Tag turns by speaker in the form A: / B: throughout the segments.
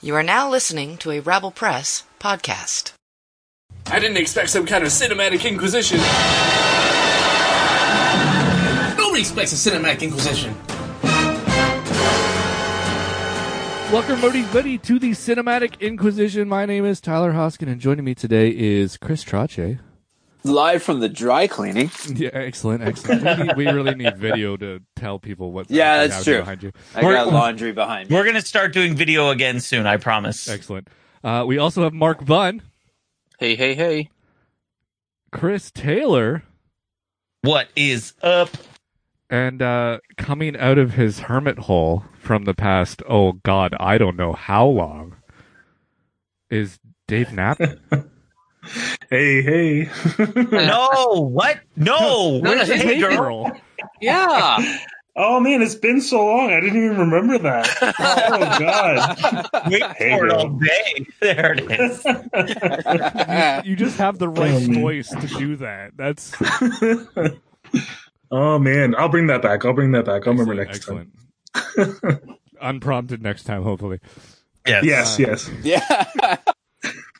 A: You are now listening to a Rabble Press podcast.
B: I didn't expect some kind of cinematic inquisition.
C: Nobody expects a cinematic inquisition.
D: Welcome, Modi Buddy, to the Cinematic Inquisition. My name is Tyler Hoskin, and joining me today is Chris Trache.
E: live from the dry cleaning.
D: Yeah, excellent, excellent. we, need, we really need video to tell people what's
E: Yeah,
D: actually
E: that's
D: happening
E: true.
D: behind you.
E: I got laundry behind me.
F: We're gonna start doing video again soon, I promise.
D: Excellent. Uh, we also have Mark Bunn,
G: Hey, hey, hey.
D: Chris Taylor,
F: What is up?
D: and uh, coming out of his hermit hole from the past, oh God, I don't know how long, is Dave Knapp.
H: Hey, hey.
F: No, what? No,
D: Where's
G: no,
D: the
F: hey,
D: hey
F: girl.
D: girl?
G: Yeah.
H: oh man, it's been so long. I didn't even remember that. Oh god.
F: Wait
H: Hey,
F: for it
H: girl.
F: all day. There it is.
D: You just have the right
H: Oh, man.
D: voice to do that. That's
H: oh man, I'll bring that back. I'll bring that back. I'll remember next time.
D: excellent. Unprompted next time, hopefully.
F: Yes.
H: Yes, yes.
F: uh,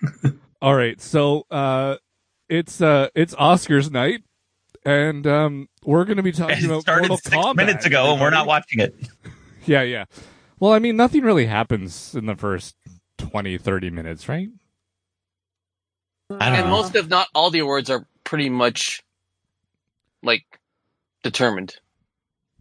E: Yeah.
D: All right, so uh, it's uh, it's Oscars night, and um, we're going to be talking
F: It
D: about
F: started
D: Mortal
F: six
D: Kombat
F: minutes ago, and we're not
D: everybody.
F: watching it.
D: Yeah, yeah. Well, I mean, nothing really happens in the first 20, 30 minutes, right?
F: I don't
G: and
F: know.
G: most, if not all, the awards are pretty much like determined.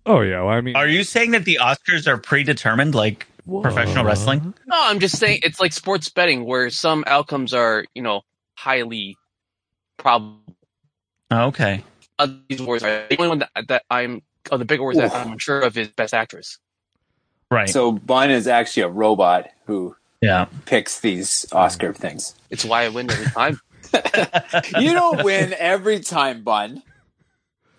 D: Oh yeah. Well, I mean,
F: Are you saying that the Oscars are predetermined, like
H: Uh-huh.
F: professional wrestling?
G: No, I'm just saying it's like sports betting where some outcomes are, you know, highly probable.
F: Okay.
G: Other these awards are the only one that, that I'm of the big awards that I'm sure of is Best Actress.
F: Right.
E: so Bun is actually a robot who
F: yeah.
E: picks these Oscar things.
G: It's why I win every time.
E: You don't win every time, Bun.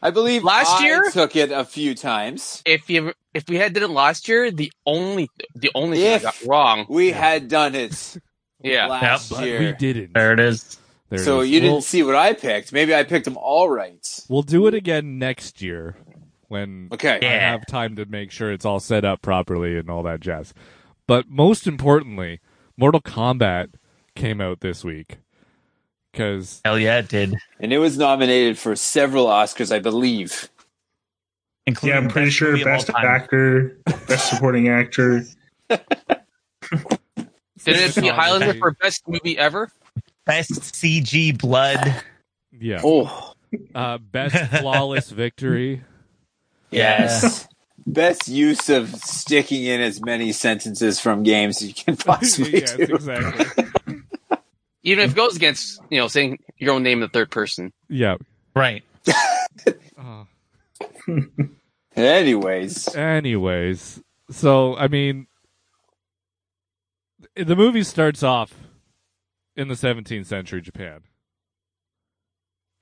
E: I believe
G: Last
E: I
G: year?
E: took it a few times.
G: if you if we had did it last year, the only the only thing I
E: If-
G: got wrong,
E: We had done it
G: yeah,
E: last
D: But we
E: year.
D: didn't.
F: There it is.
D: There it
E: So
D: is.
E: you
D: We'll-
E: didn't see what I picked. Maybe I picked them all right.
D: We'll do it again next year when
E: Okay.
D: I
F: Yeah.
D: have time to make sure it's all set up properly and all that jazz. But most importantly, Mortal Kombat came out this week because
F: Hell yeah, it did.
E: And it was nominated for several Oscars, I believe.
F: Including
H: Yeah, I'm pretty
F: best
H: sure
F: movie of all
H: best
F: time.
H: actor, best supporting actor.
G: didn't it be Highlander for best movie ever?
F: Best CG blood.
D: yeah
E: Oh,
D: uh, best flawless victory.
E: yes. Best use of sticking in as many sentences from games you can possibly
D: yes,
E: do.
D: exactly.
G: Even if it goes against you know saying your own name in the third person.
D: Yeah.
F: Right.
D: Uh,
E: Anyways,
D: anyways, so I mean, th- the movie starts off in the 17th century Japan.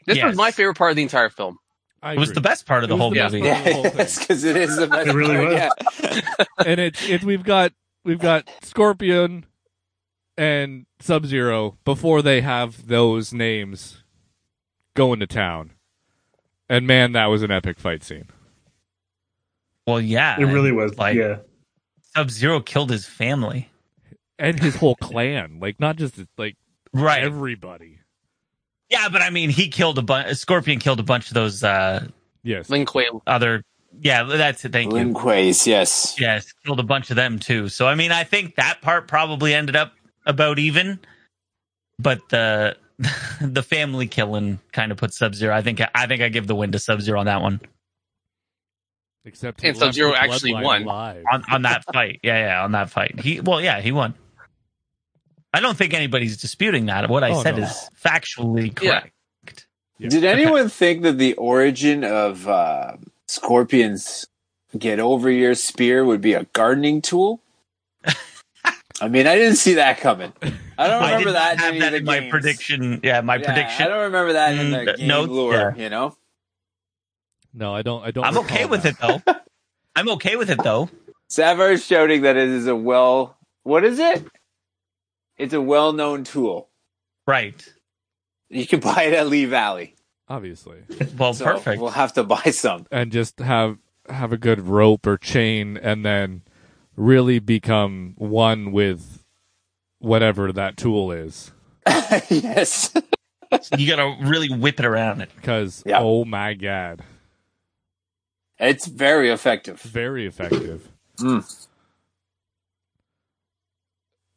G: This
F: Yes.
G: was my favorite part of the entire film.
D: I
F: It was
D: agree.
F: the best part of
D: It
F: the
D: was
F: whole
D: the best
F: movie.
D: part.
E: yeah,
D: the whole thing.
E: because it is the best.
H: It really
E: part,
H: was.
E: yeah.
D: and it's it, we've got we've got Scorpion and Sub Zero before they have those names going to town. And man, that was an epic fight scene.
F: Well, yeah.
H: It really was.
F: Like
H: yeah.
F: Sub Zero killed his family.
D: And his whole clan, like not just like
F: Right.
D: everybody.
F: Yeah, but I mean, he killed a bunch. Scorpion killed a bunch of those uh,
D: Yes.
G: Lin Kuei,
F: other. Yeah, that's it. Thank you.
E: Linquays, yes.
F: Yes, killed a bunch of them too. So I mean, I think that part probably ended up about even, but the the family killing kind of put Sub Zero. I think I think I give the win to Sub Zero on that one
D: Except
G: And Sub-Zero
D: left the
G: actually
D: bloodline
G: won.
D: alive.
F: on on that fight. Yeah, yeah, on that fight. He well, yeah, he won. I don't think anybody's disputing that. What I
D: Oh,
F: said
D: no.
F: is factually
G: Yeah.
F: correct.
D: Yeah.
E: Did anyone think that the origin of uh, Scorpion's get over your spear would be a gardening tool? I mean, I didn't see that coming. I don't
F: I
E: remember
F: did
E: that
F: not
E: in,
F: have
E: any
F: that
E: of the
F: in my
E: games.
F: prediction. Yeah, my
E: Yeah,
F: prediction.
E: I don't remember that in
F: Mm,
E: the
F: the
E: game
F: notes,
E: lore, you know?
D: No, I don't I don't
F: I'm okay
D: recall
F: with
D: that.
F: it though. I'm okay with it though.
E: Savar is shouting that it is a well. What is it? It's a well known tool.
F: Right.
E: You can buy it at Lee Valley.
D: Obviously.
F: Well,
E: So
F: Oh, perfect.
E: We'll have to buy some.
D: and just have have a good rope or chain and then really become one with whatever that tool is.
E: yes.
F: you gotta really whip it around it.
D: Because
E: Yeah.
D: oh my god,
E: It's very effective.
D: very effective.
E: Mm.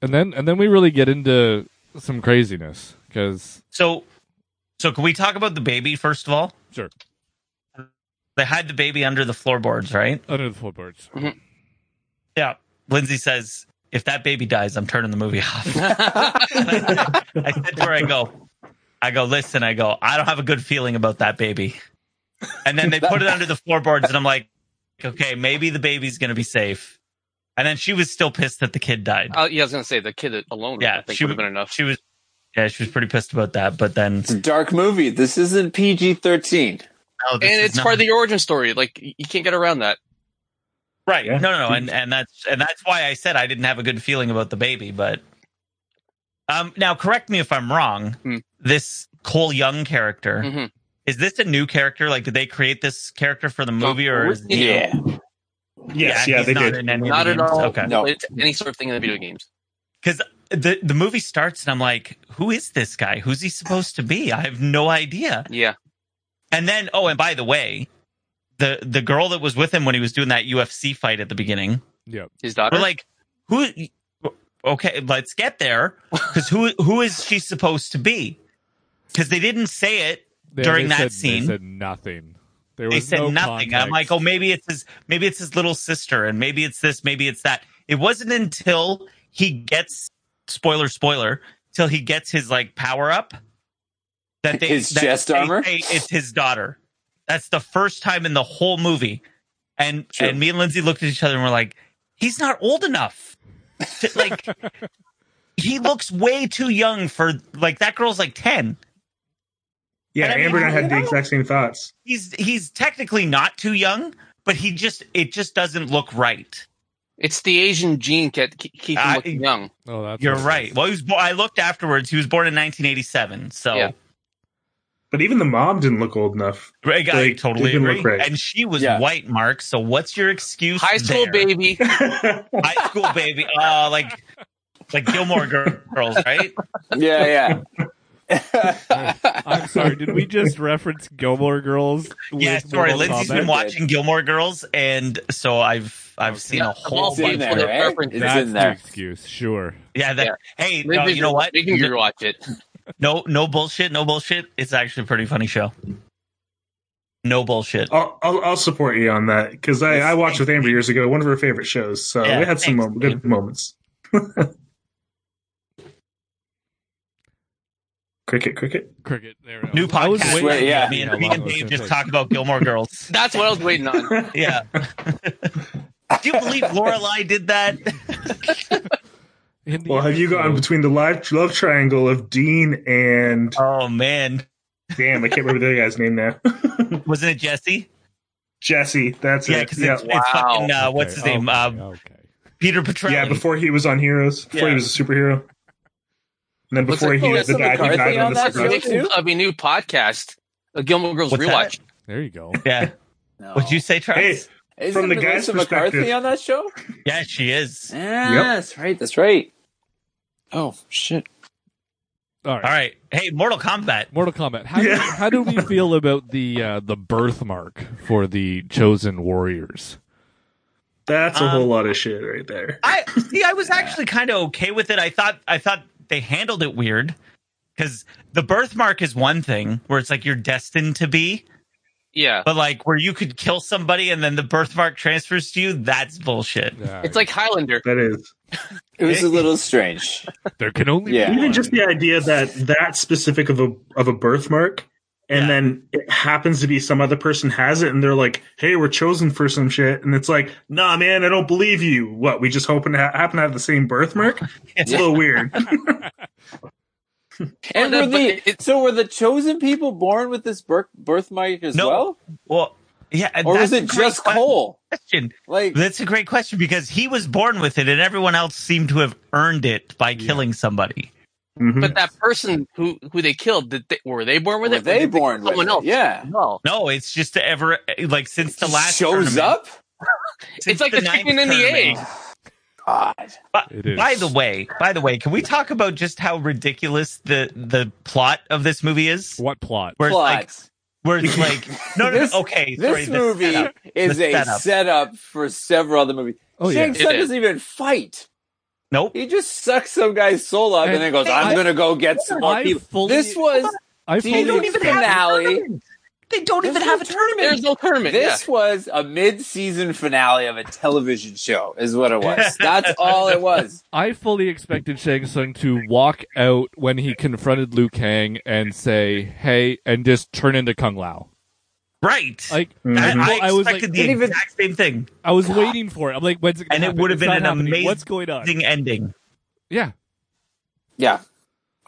D: And then and then we really get into some craziness because
F: So, so can we talk about the baby first of all?
D: sure
F: They hide the baby under the floorboards, right?
D: under the footboards.
F: Mm-hmm. Yeah. Lindsay says, if that baby dies, I'm turning the movie off. I said to her, I go, I go, listen, I go, I don't have a good feeling about that baby. And then they put it under the floorboards, and I'm like, okay, maybe the baby's going to be safe. And then she was still pissed that the kid died.
G: Uh, yeah, I was gonna say the kid alone. I
F: yeah.
G: think
F: She
G: would have
F: wa-
G: been enough.
F: She was, yeah, she was pretty pissed about that. But then,
G: Hmm.
E: It's a dark movie. This isn't PG 13.
F: no, this
G: and
F: is
G: it's
F: not-
G: part of the origin story. Like y- you can't get around that.
F: right.
H: Yeah.
F: No, no, no. And, and that's, and that's why I said I didn't have a good feeling about the baby. But, um, now correct me if I'm wrong.
G: Hmm.
F: This Cole Young character,
G: Mhm.
F: is this a new character? Like, did they create this character for the movie or is
E: Yeah.
H: Yes, yeah,
F: he's
H: they
F: not
H: did.
F: in any of
G: Not
F: the
G: at
F: games?
G: all.
F: Okay.
E: No.
G: It's any sort of thing in the video games.
F: The the movie starts and I'm like, who is this guy? Who's he supposed to be? I have no idea.
G: Yeah.
F: And then, oh, and by the way, the the girl that was with him when he was doing that UFC fight at the beginning,
D: Yep.
G: His daughter.
F: we're like, who? Okay, let's get there because who who is she supposed to be? Because they didn't say it.
D: They-
F: During
D: they
F: that
D: said-
F: scene,
D: they said nothing. There
F: they
D: was
F: said
D: no
F: nothing. And I'm like,
D: context.
F: oh, maybe it's his, maybe it's his little sister, and maybe it's this, maybe it's that. It wasn't until he gets spoiler, spoiler, till he gets his like power up that they
E: His
F: that
E: chest
F: they
E: armor?
F: say it's his daughter. That's the first time in the whole movie, and
E: True.
F: and me and Lindsay looked at each other and we're like, he's not old enough. To, like he looks way too young for like that girl's like ten.
H: Yeah,
F: And I mean,
H: Amber and I
F: you
H: had the
F: know-
H: exact same thoughts.
F: he's he's technically not too young, but he just it just doesn't look right.
G: it's the Asian gene that ke- keeps him
F: I-
G: looking young.
D: oh, that's
F: You're
D: what it
F: right.
D: is.
F: Well, he was. Bo- I looked afterwards. He was born in 1987, so
G: Yeah.
H: But even the mom didn't look old enough.
F: I, I
H: They
F: totally
H: didn't
F: agree.
H: look right.
F: And she was
E: Yeah.
F: white, Mark. So what's your excuse?
G: High school
F: there?
G: baby.
F: High school baby. Uh, like like Gilmore Gir- Girls, right?
E: Yeah, yeah.
D: I'm sorry. Did we just reference Gilmore Girls? with
F: yeah. Sorry,
D: Mortal
F: Lindsay's
D: Kombat?
F: been watching Gilmore Girls, and so I've I've seen
G: Yeah,
F: a
G: I'm all
E: it's
F: whole
G: for
E: in
F: bunch.
G: it.
F: Of,
E: there, eh? It's
D: That's
E: in
D: the
E: there.
D: excuse. Sure.
F: yeah, that,
G: Yeah.
F: Hey, no, you know what?
G: They can rewatch it.
F: No, no bullshit. No bullshit. It's actually a pretty funny show. No bullshit.
H: I'll, I'll, I'll support you on that because I, I watched with Amber years ago, one of her favorite shows. So
F: Yeah,
H: we had some
F: thanks,
H: mom- good moments. cricket, cricket.
D: Cricket. There it is.
F: New
D: I was
F: podcast.
D: waiting-
E: Swear, yeah.
F: Me and,
D: Yeah,
F: me
D: long
F: and
D: list,
F: Dave
D: it's
F: just
D: like-
F: talked about Gilmore Girls.
G: That's what I was waiting on.
F: Yeah. Do you believe Lorelai did that?
D: in the
H: Well, have you gotten
D: episode-
H: between the live love triangle of Dean and
F: Oh man,
H: damn, I can't remember the other guy's name now.
F: wasn't it Jesse?
H: Jesse, that's
F: Yeah,
H: it.
F: because
H: Yeah,
F: it's, it's
G: Wow.
F: fucking uh, what's
D: Okay, Oh,
F: his name?
D: Okay.
F: Uh,
D: okay.
F: Peter Petrelli.
H: yeah. Before he was on Heroes, before
F: Yeah.
H: he was a superhero, and then
G: Looks
H: before
G: like oh,
H: he was
E: Melissa
H: the guy who
E: McCarthy
H: died on
E: on
H: the
E: that
H: cigar.
E: show? too?
G: of a new podcast, a Gilmore Girls
F: What's
G: rewatch.
D: There you go.
F: yeah.
E: No.
F: What'd you say,
H: Hey,
F: Travis?
E: Isn't
H: From the guy's
E: Melissa McCarthy
H: perspective.
E: on that show?
F: Yeah, she is.
E: Yeah, that's right. That's right. Oh shit!
D: All right.
F: All right. Hey, Mortal Kombat.
D: Mortal Kombat. How, do-
H: Yeah.
D: how do we feel about the uh, the birthmark for the chosen warriors?
H: that's a
F: Um,
H: whole lot of shit right there.
F: I see. I was actually kind of okay with it. I thought I thought they handled it weird because the birthmark is one thing where it's like you're destined to be,
G: Yeah.
F: but like where you could kill somebody and then the birthmark transfers to you. That's bullshit.
G: It's like Highlander.
H: That is.
E: It was a little strange.
D: there can only
E: Yeah.
D: be
H: even
D: one.
H: just the idea that that specific of a of a birthmark and
F: Yeah.
H: then it happens to be some other person has it and they're like hey we're chosen for some shit and it's like nah man i don't believe you what we just happen to ha- happen to have the same birthmark it's a little weird
E: And were
G: Well, no,
E: the
G: but it-
E: so were the chosen people born with this birth birthmark as
F: No,
E: well,
F: Well, yeah, and
E: or
F: that's
E: was
F: a
E: it
F: great
E: just Cole?
F: Question.
E: Like,
F: That's a great question because he was born with it, and everyone else seemed to have earned it by killing somebody.
H: Mhm.
F: Hmm.
G: But that person who who they killed, did they, were they born with
E: were
G: it?
E: they
G: Or did kill
E: born with
G: someone
E: it?
G: else?
E: Yeah,
G: No.
F: No, it's just ever like since the last
E: shows
F: tournament-
E: up.
F: since
G: It's like the
F: ninth
G: chicken and the egg.
F: tournament,
E: God.
F: By,
D: It is.
F: by the way, by the way, can we talk about just how ridiculous the the plot of this movie is?
D: What plot?
F: Where it's like,
E: Plot.
F: where it's like, no, no,
E: This-
F: no okay, sorry,
E: This
F: the
E: movie
F: setup.
E: is
F: The
E: a
F: setup.
E: setup. for several other movies.
D: Oh, yeah.
E: Shang Tsung
G: It is.
E: doesn't even fight.
F: Nope.
E: He just sucks some guy's soul up and,
D: And
E: then goes, "I'm
D: I-
E: gonna go get some more
D: I
E: people."
D: fully-
E: this was
D: I
E: Do
D: fully
E: you don't even
D: expect-
F: have a
E: finale.
F: tournament. They don't
E: There's
F: even
E: no
F: have a tournament.
G: There's no tournament.
E: this was a mid-season finale of a television show, is what it was. That's all it was.
D: I fully expected Shang Tsung to walk out when he confronted Liu Kang and say, "Hey," and just turn into Kung Lao.
F: Right.
D: Like
H: Mhm.
F: I,
D: I
F: I
D: was like-
F: expected
E: Didn't
F: the
E: even-
F: exact same thing.
D: I was waiting for it. I'm like, when's it gonna
F: And it
D: happen?
F: would
D: It's
F: have been
D: not
F: an
D: happening.
F: amazing
D: What's going on?
F: Thing ending.
D: Yeah,
E: Yeah,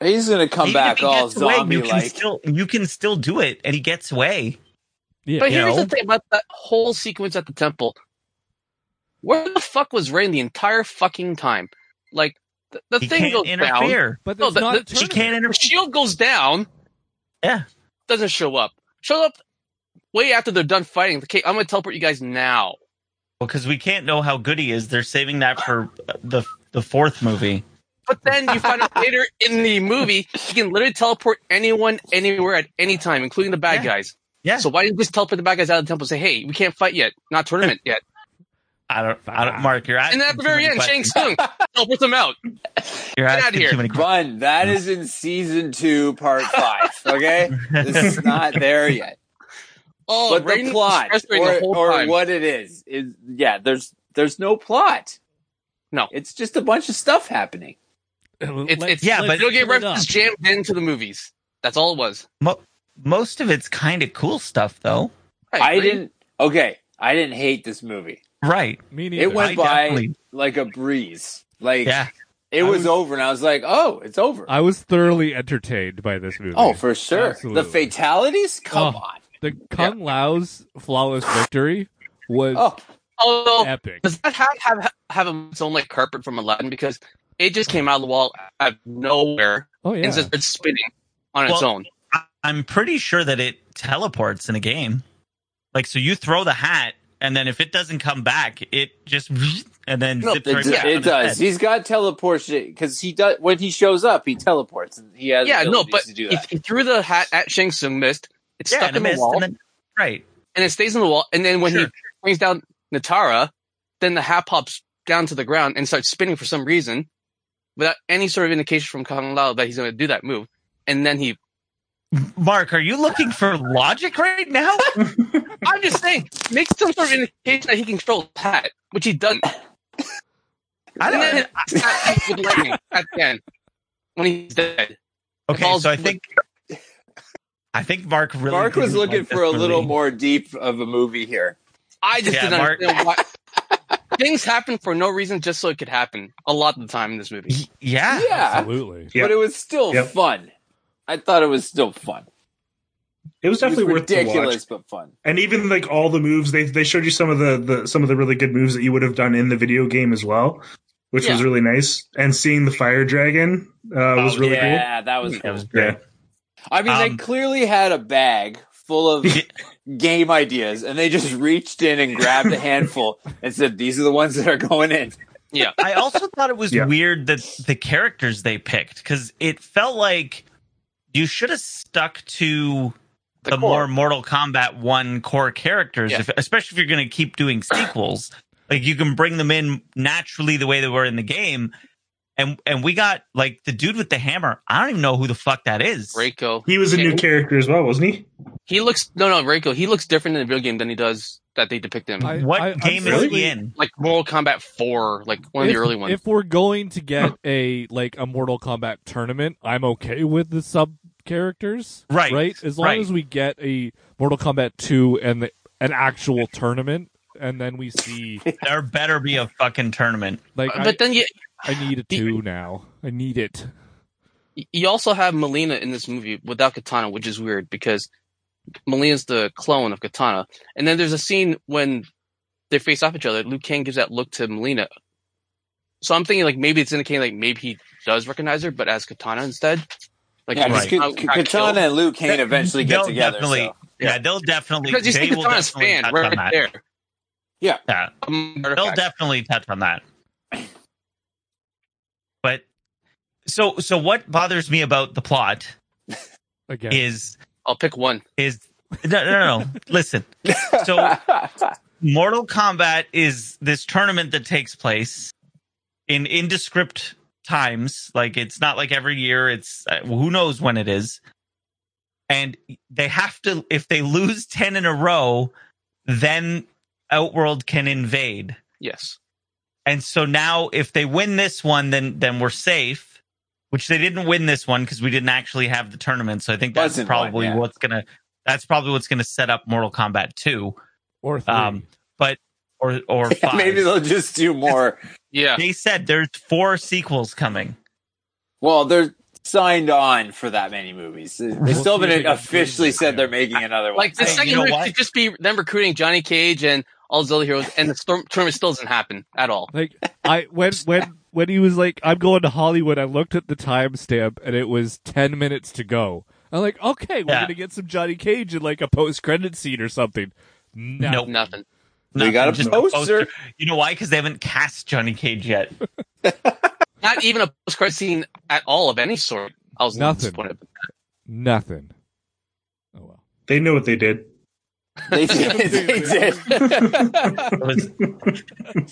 E: he's gonna come
F: Even if
E: back
F: he
E: all
F: gets away, you can
E: zombie-like.
F: still you can still do it, and he gets away.
D: yeah.
G: But here's
F: know?
G: the thing about that whole sequence at the temple. Where the fuck was Rain the entire fucking time? Like the, the
F: He
G: thing
F: can't
G: goes down.
F: interfere.
D: but
G: No,
D: there's
G: the-
D: not. a
G: the- she
F: She can't
D: tournament.
G: Her
F: interfere.
G: shield goes down.
F: Yeah.
G: Doesn't show up. Shows up way after they're done fighting. Okay, I'm gonna teleport you guys now.
F: because we can't know how good he is. They're saving that for the the fourth movie.
G: But then you find out later in the movie he can literally teleport anyone anywhere at any time, including the bad
F: Yeah.
G: guys.
F: Yeah.
G: So why didn't you just teleport the bad guys out of the temple and say, Hey, we can't fight yet, not tournament yet.
F: I don't. I don't. Mark, you're asking
G: And at the
F: too
G: very
F: many
G: end, Shang
F: questions.
G: Tsung teleports them out.
F: You're
G: get outta
F: asking
G: here.
F: too many questions.
E: Fun. That is in season two, part five. Okay, this is not there yet.
G: Oh,
E: but
G: Raiden
E: the
G: was
E: plot
G: frustrating
E: or,
G: the whole
E: or
G: time.
E: what it is is yeah there's there's no plot
G: No.
E: it's just a bunch of stuff happening
G: It's,
D: Let's-
G: it's
F: yeah, but-
G: video game
D: fill it up.
G: references jammed into the movies. That's all it was.
F: Mo- most of it's kind of cool stuff, though.
G: Right,
E: i
G: Raiden-
E: didn't okay i didn't hate this movie
F: Right.
D: Me neither.
E: it went
F: I
E: by
F: definitely-
E: like a breeze like
F: Yeah.
E: it
D: I
E: was,
D: was-
E: over and i was like oh it's over
D: I was thoroughly entertained by this movie.
E: oh for sure
D: Absolutely.
E: the fatalities come
D: Oh.
E: on
D: the Kung Lao's flawless victory was
E: oh
G: Although,
D: epic.
G: does that have have have its own like carpet from Aladdin because it just came out of the wall out of nowhere
D: Oh yeah.
G: and just started spinning on its
F: Well-
G: own.
F: I- I'm pretty sure that it teleports in a game. Like, so you throw the hat, and then if it doesn't come back, it just and then
G: No,
F: zips
E: it,
F: right
E: do-
F: back
E: it
F: on its
E: does
F: head.
E: he's got teleportation because he does when he shows up he teleports and he has
G: Yeah, no,
E: abilities
G: but
E: to do
G: he,
E: that
G: he threw the hat at Shang Tsung, missed. It's
F: Yeah,
G: stuck
F: and it
G: in the
F: missed,
G: wall,
F: and
G: and,
F: then right.
G: it stays in the wall. And then when he
F: Sure.
G: brings down Natara, then the hat pops down to the ground and starts spinning for some reason, without any sort of indication from Kang Lao that he's going to do that move. And then he,
F: Mark, are you looking for logic right now?
G: I'm just saying, make some sort of indication that he can control the hat, which he doesn't.
F: I
G: And then
F: don't.
G: it attacks with lightning at the end when he's dead.
F: Okay,
G: Balls-
F: so I think I think Mark really
E: mark was
F: didn't
E: looking
F: like
E: for
F: this
E: a little
F: movie.
E: more deep of a movie here
G: I just
F: Yeah,
G: didn't
F: Mark-
G: understand why things happen for no reason, just so it could happen. A lot of the time in this movie.
F: Y- Yeah,
E: yeah
D: Absolutely.
H: Yep.
E: but it was still
H: Yep.
E: fun. I thought it was still fun. It
H: It was
E: was
H: definitely worth the watch.
E: ridiculous, but fun.
H: And even like all the moves, they they showed you some of the, the some of the really good moves that you would have done in the video game as well, which was
G: Yeah.
H: really nice. And seeing the fire dragon uh, was really cool.
E: Oh, yeah, that was
F: that was
E: cool.
F: great.
E: I mean, they
F: Um,
E: clearly had a bag full of
F: Yeah.
E: game ideas, and they just reached in and grabbed a handful and said, "These are the ones that are going in."
F: I also thought it was
H: Yeah.
F: weird that the characters they picked because it felt like you should have stuck to the, more Mortal Kombat one core characters,
G: Yeah.
F: if, especially if you're going to keep doing sequels. like you can bring them in naturally the way they were in the game. And and we got like the dude with the hammer. I don't even know who the fuck that is.
G: Reiko.
H: He was a new character as well, wasn't he?
G: He looks no, no, Reiko. He looks different in the video game than he does that they depict him.
D: I-
F: What
D: I- I'm
F: game is
D: slightly-
F: he in?
G: like Mortal Kombat Four, like one of
D: If-
G: the early ones.
D: If we're going to get a like a Mortal Kombat tournament, I'm okay with the sub characters.
F: Right,
D: Right? As long
F: right.
D: as we get a Mortal Kombat 2 and the, an actual tournament and then we see
F: There better be a fucking tournament.
D: like
G: but then you
D: I, I need a 2 now. I need it.
G: you also have Melina in this movie without Katana, which is weird because Melina's the clone of Katana. And then there's a scene when they face off each other. Liu Kang gives that look to Melina. So I'm thinking like maybe it's indicating like maybe he does recognize her, but as Katana instead. Like "Oh,
E: Yeah, 'cause
F: Right.
E: K-
G: Katana
E: K-
G: got
E: Katana
G: killed.
E: and Liu Kane eventually get
F: They'll
E: together.
F: Definitely,
E: so,
F: yeah. they'll definitely.
G: because you
F: they
G: see
F: will
G: Katana's
F: definitely
G: fan
F: touch on
G: right
F: that.
G: there.
F: Yeah,
G: Um,
F: they'll definitely touch on that. so so what bothers me about the plot
D: Again,
F: is
G: I'll pick one.
F: is no no no, no. listen so Mortal Kombat is this tournament that takes place in indescript times. Like it's not like every year. It's uh, who knows when it is. And they have to if they lose ten in a row, then Outworld can invade.
G: Yes.
F: And so now if they win this one, then then we're safe. Which they didn't win this one because we didn't actually have the tournament. So I think that's
E: Wasn't one,
F: probably
E: yeah.
F: what's gonna that's probably what's gonna set up Mortal Kombat two
D: or three.
F: um, but or or five.
E: Hmm. Maybe they'll just do more.
G: Yeah.
F: they said there's four sequels coming.
E: Well, they're signed on for that many movies. They
D: We'll
E: still
D: see if they
E: haven't
D: can
E: officially
D: prove it,
E: said
D: yeah.
E: they're making another one.
G: Like the
F: Hey, you
G: second
F: know
G: movie
F: what?
G: should just be them recruiting Johnny Cage and all those other heroes, and the storm tournament still doesn't happen at all.
D: like I when when when he was like, "I'm going to Hollywood," I looked at the timestamp and it was ten minutes to go. I'm like, okay, we're
F: Yeah.
D: gonna get some Johnny Cage in like a post credit scene or something. No,
F: Nope.
G: Nothing.
E: We got a poster.
F: You know why? Because they haven't cast Johnny Cage yet.
G: Not even a post credit scene at all of any sort. I was
D: Nothing.
G: disappointed.
D: nothing. Oh well.
H: They knew what they did.
E: They did. They did.
F: It was-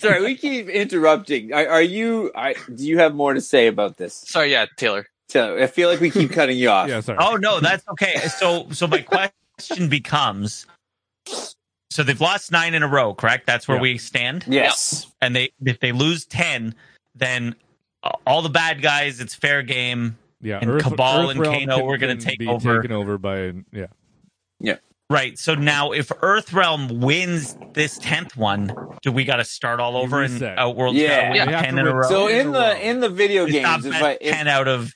E: Sorry, we keep interrupting. Are, are you? I, do you have more to say about this?
G: Sorry, yeah, Taylor.
E: So I feel like we keep cutting you off.
D: Yeah, sorry.
F: oh no, that's okay. So so my question becomes: so they've lost nine in a row, correct? That's where
D: Yeah.
F: we stand.
E: Yes.
F: And they if they lose ten, then uh, all the bad guys, it's fair game.
D: yeah,
F: and Cabal and
D: Earthrealm
F: Kano
D: can-
F: were gonna
D: can
F: take
D: be
F: over.
D: Taken over by yeah.
F: Right. So now, if Earthrealm wins this tenth one, do we got to start all over and
D: reset.
F: Outworld's
E: Yeah.
F: got to
G: Yeah.
F: win
D: You have
F: ten
D: to
F: in a
D: win-
F: row?
E: So
D: in
E: in
D: a row.
E: the in the video
F: It's not
E: games, if
F: bad,
E: I, if
F: ten out of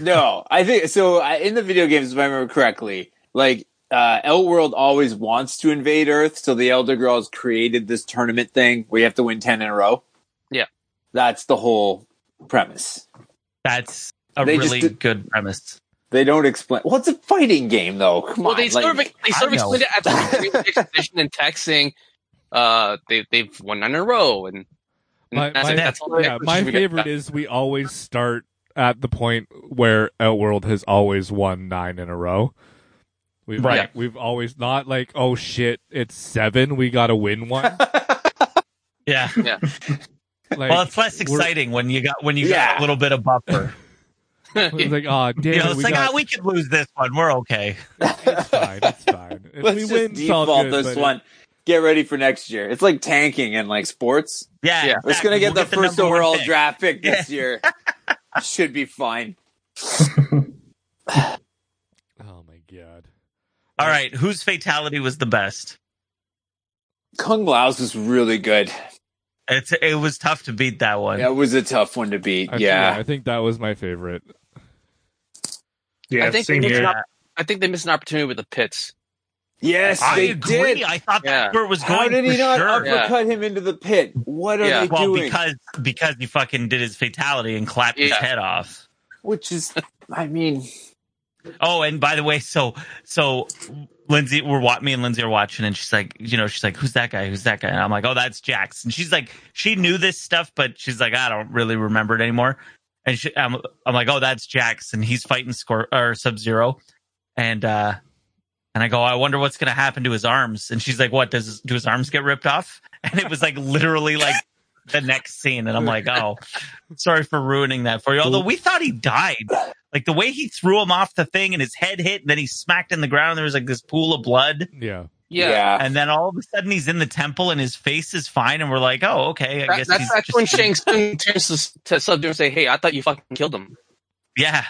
E: no, I think so. I, in the video games, if I remember correctly, like uh, Elworld always wants to invade Earth, so the Elder Girls created this tournament thing where you have to win ten in a row.
G: Yeah.
E: that's the whole premise.
F: that's a
E: They just
F: really
E: did-
F: good premise.
E: They don't explain. Well, it's a fighting game, though. Come
G: Well,
E: on,
G: they sort of
E: like-
G: they sort of
F: I know.
G: explained it at the beginning of the exposition in text, saying uh, they they've won nine in a row, and, and
D: My-
G: that's,
D: my-
G: it. that's all. the
D: yeah,
G: exposition
D: my
G: we get.
D: favorite is we always start at the point where Outworld has always won nine in a row. We've,
F: Right.
D: We've always not like, oh shit, it's seven. We got to win one.
F: Yeah.
D: Like,
F: Well, it's less
D: we're-
F: exciting when you got when you got
E: Yeah.
F: a little bit of buffer.
D: It's like, oh, damn
F: you know,
D: it,
F: it's
D: we
F: like
D: got,
F: ah, we could lose this one. We're okay.
D: it's fine, it's fine. If
E: Let's
D: we
E: just
D: win, it's all
E: default
D: good,
E: this
D: but-
E: one. Get ready for next year. It's like tanking in like sports.
F: Yeah.
G: Yeah.
F: exactly.
E: It's gonna get
F: We'll
E: the first
F: number one
E: overall
F: pick.
E: draft pick this year. Should be fine.
D: Oh my god.
F: All right. Whose fatality was the best?
E: Kung Lao's was really good.
F: It's it was tough to beat that one.
E: That was a tough one to beat.
D: I-
E: yeah.
D: I think that was my favorite.
H: Yeah,
G: I think they
H: same
G: missed an
H: here.
G: opp- I think they missed an opportunity with the pits.
E: Yes,
F: I
E: they
F: agree.
E: did.
F: I thought
G: Yeah.
F: that score was
E: How
F: going
E: did
F: for
E: he not
F: sure.
E: uppercut him into the pit? What are
G: Yeah.
E: they
F: Well,
E: doing?
F: because because he fucking did his fatality and clapped his
G: Yeah.
F: head off.
E: Which is, I mean,
F: Oh, and by the way, so so Lindsay, we're wa- me and Lindsay are watching, and she's like, you know, she's like, who's that guy? Who's that guy? And I'm like, oh, that's Jax. And she's like, she knew this stuff, but she's like, I don't really remember it anymore. And she, I'm, I'm like, oh, that's Jax, and he's fighting Scor- or Sub Zero, and uh, and I go, I wonder what's gonna happen to his arms. And she's like, what does do his arms get ripped off? And it was like literally like the next scene, and I'm like, oh, sorry for ruining that for you. Although we thought he died. Like the way he threw him off the thing and his head hit, and then he smacked in the ground, and there was like this pool of blood.
D: Yeah.
G: Yeah,
F: And then all of a sudden he's in the temple and his face is fine, and we're like, oh, okay, I
G: That-
F: guess
G: that's
F: he's
G: that's
F: just-
G: when Shang Tsung turns to, to Sub Zero and say, "Hey, I thought you fucking killed him."
F: Yeah.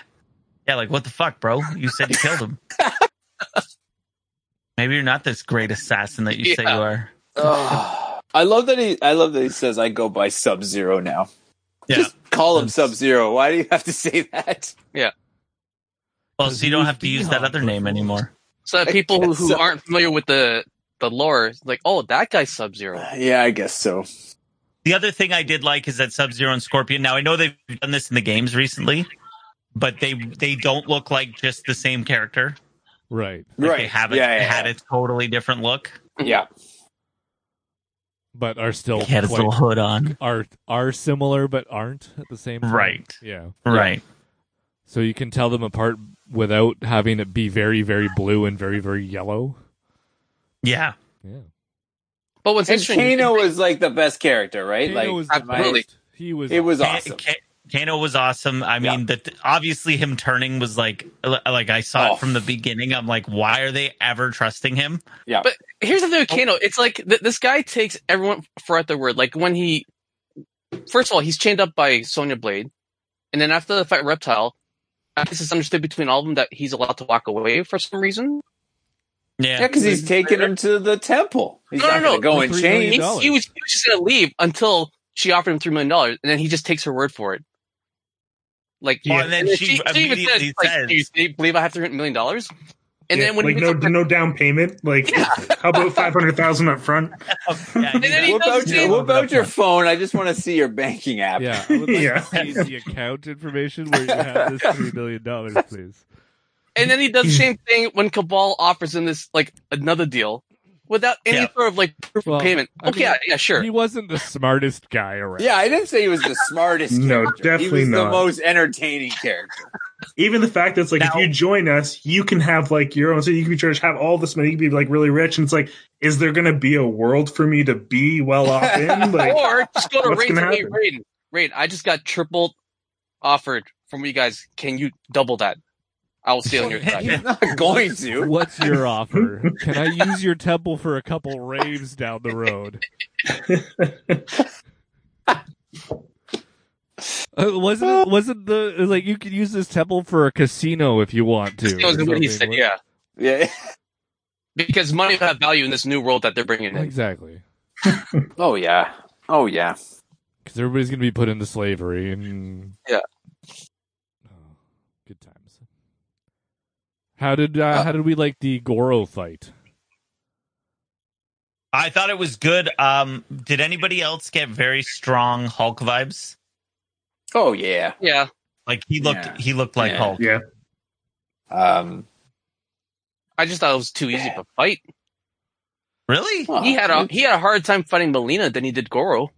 F: Yeah, like what the fuck, bro? You said you killed him. Maybe you're not this great assassin that you say you
G: Yeah.
F: are.
E: Ugh. I love that he. I love that he says, "I go by Sub Zero now."
F: Yeah.
E: Just call him
F: That's-
E: Sub Zero. Why do you have to say that?
F: well, so you don't have to use that other name anymore.
G: So that people who, who
E: So-
G: aren't familiar with the the lore, it's like, oh, that guy's Sub Zero.
E: Uh, Yeah, I guess so.
F: The other thing I did like is that Sub Zero and Scorpion. Now I know they've done this in the games recently, but they they don't look like just the same character.
D: Right.
F: Like,
E: right.
F: They have it,
E: yeah,
F: they
E: yeah,
F: had a totally different look.
E: yeah.
D: but are still
F: He had his
D: quite-
F: little hood on.
D: are are similar but aren't at the same time.
F: Right.
D: Yeah.
F: Right.
D: So you can tell them apart without having it be very very blue and very very yellow.
F: Yeah.
D: Yeah.
G: But what's
E: And
G: interesting,
E: Kano was like the best character, right?
D: Kano
E: like
D: was the
G: absolutely.
D: best. He was
E: it was
F: Ka-
E: awesome.
F: Ka- Kano was awesome. I mean, that obviously him turning was like, like I saw
E: Oh.
F: it from the beginning. I'm like, why are they ever trusting him?
G: But here's the thing
F: Oh.
G: with Kano. It's like th- this guy takes everyone for at their word. Like when he, first of all, he's chained up by Sonya Blade, and then after the fight Reptile, I guess it's understood between all of them that he's allowed to walk away for some reason.
E: Yeah, because he's taking him to the temple. He's
G: No,
E: not
G: no,
E: going to go and
D: $3
E: change.
G: He, he
D: million.
G: was he was just gonna leave until she offered him three million dollars, and then he just takes her word for it. Like
F: Yeah. and then she immediately
G: like,
F: says-
G: "Do you- do you believe I have three million dollars?" And
H: Yeah,
G: then when
H: like
G: he
H: no
G: was like,
H: no down payment, like how about five hundred thousand up front?
F: Yeah, I knew
G: And then
F: that.
G: he
E: What
G: does
E: about,
G: the
E: your,
G: same-
E: what about your phone? I just want to see your banking app.
D: Yeah, I would like
H: Yeah.
D: to see the account information where you have this three million dollars, please.
G: And then he does the same thing when Cabal offers him this like another deal without any
F: Yeah.
G: sort of like proof
D: Well,
G: of payment.
D: I
G: okay,
D: mean,
G: yeah, yeah, sure.
D: He wasn't the smartest guy around.
E: Yeah, I didn't say he was the smartest.
H: No,
E: character.
H: definitely
E: He was the
H: not.
E: most entertaining character.
H: Even the fact that it's like if
F: Now-
H: you join us, you can have like your own. So you can be charged, have all this money, you can be like really rich, and it's like, is there going to be a world for me to be well off in? Like,
G: or just go to
H: what's
G: Raiden.
H: gonna
G: Hey,
H: happen?
G: Raiden, Raiden, I just got triple offered from you guys. Can you double that? I will stay on your side.
E: He's not going to.
D: What's your offer? Can I use your temple for a couple raves down the road? Uh, wasn't it, wasn't the like you could use this temple for a casino if you want to?
G: That was
D: or
G: what he
D: something.
G: said, yeah.
E: Yeah.
G: Because money will have value in this new world that they're bringing in.
D: exactly.
E: Oh yeah. Oh yeah.
D: Because everybody's gonna be put into slavery and
G: Yeah.
D: Oh, good times. How did uh, how did we like the Goro fight?
F: I thought it was good. Um, did anybody else get very strong Hulk vibes?
E: Oh yeah.
G: Yeah.
F: Like he looked,
E: Yeah.
F: he looked like
E: Yeah.
F: Hulk.
H: yeah,
E: Um.
G: I just thought it was too easy of a fight.
F: Really?
E: well,
G: He had a he had a hard time fighting Melina than he did Goro.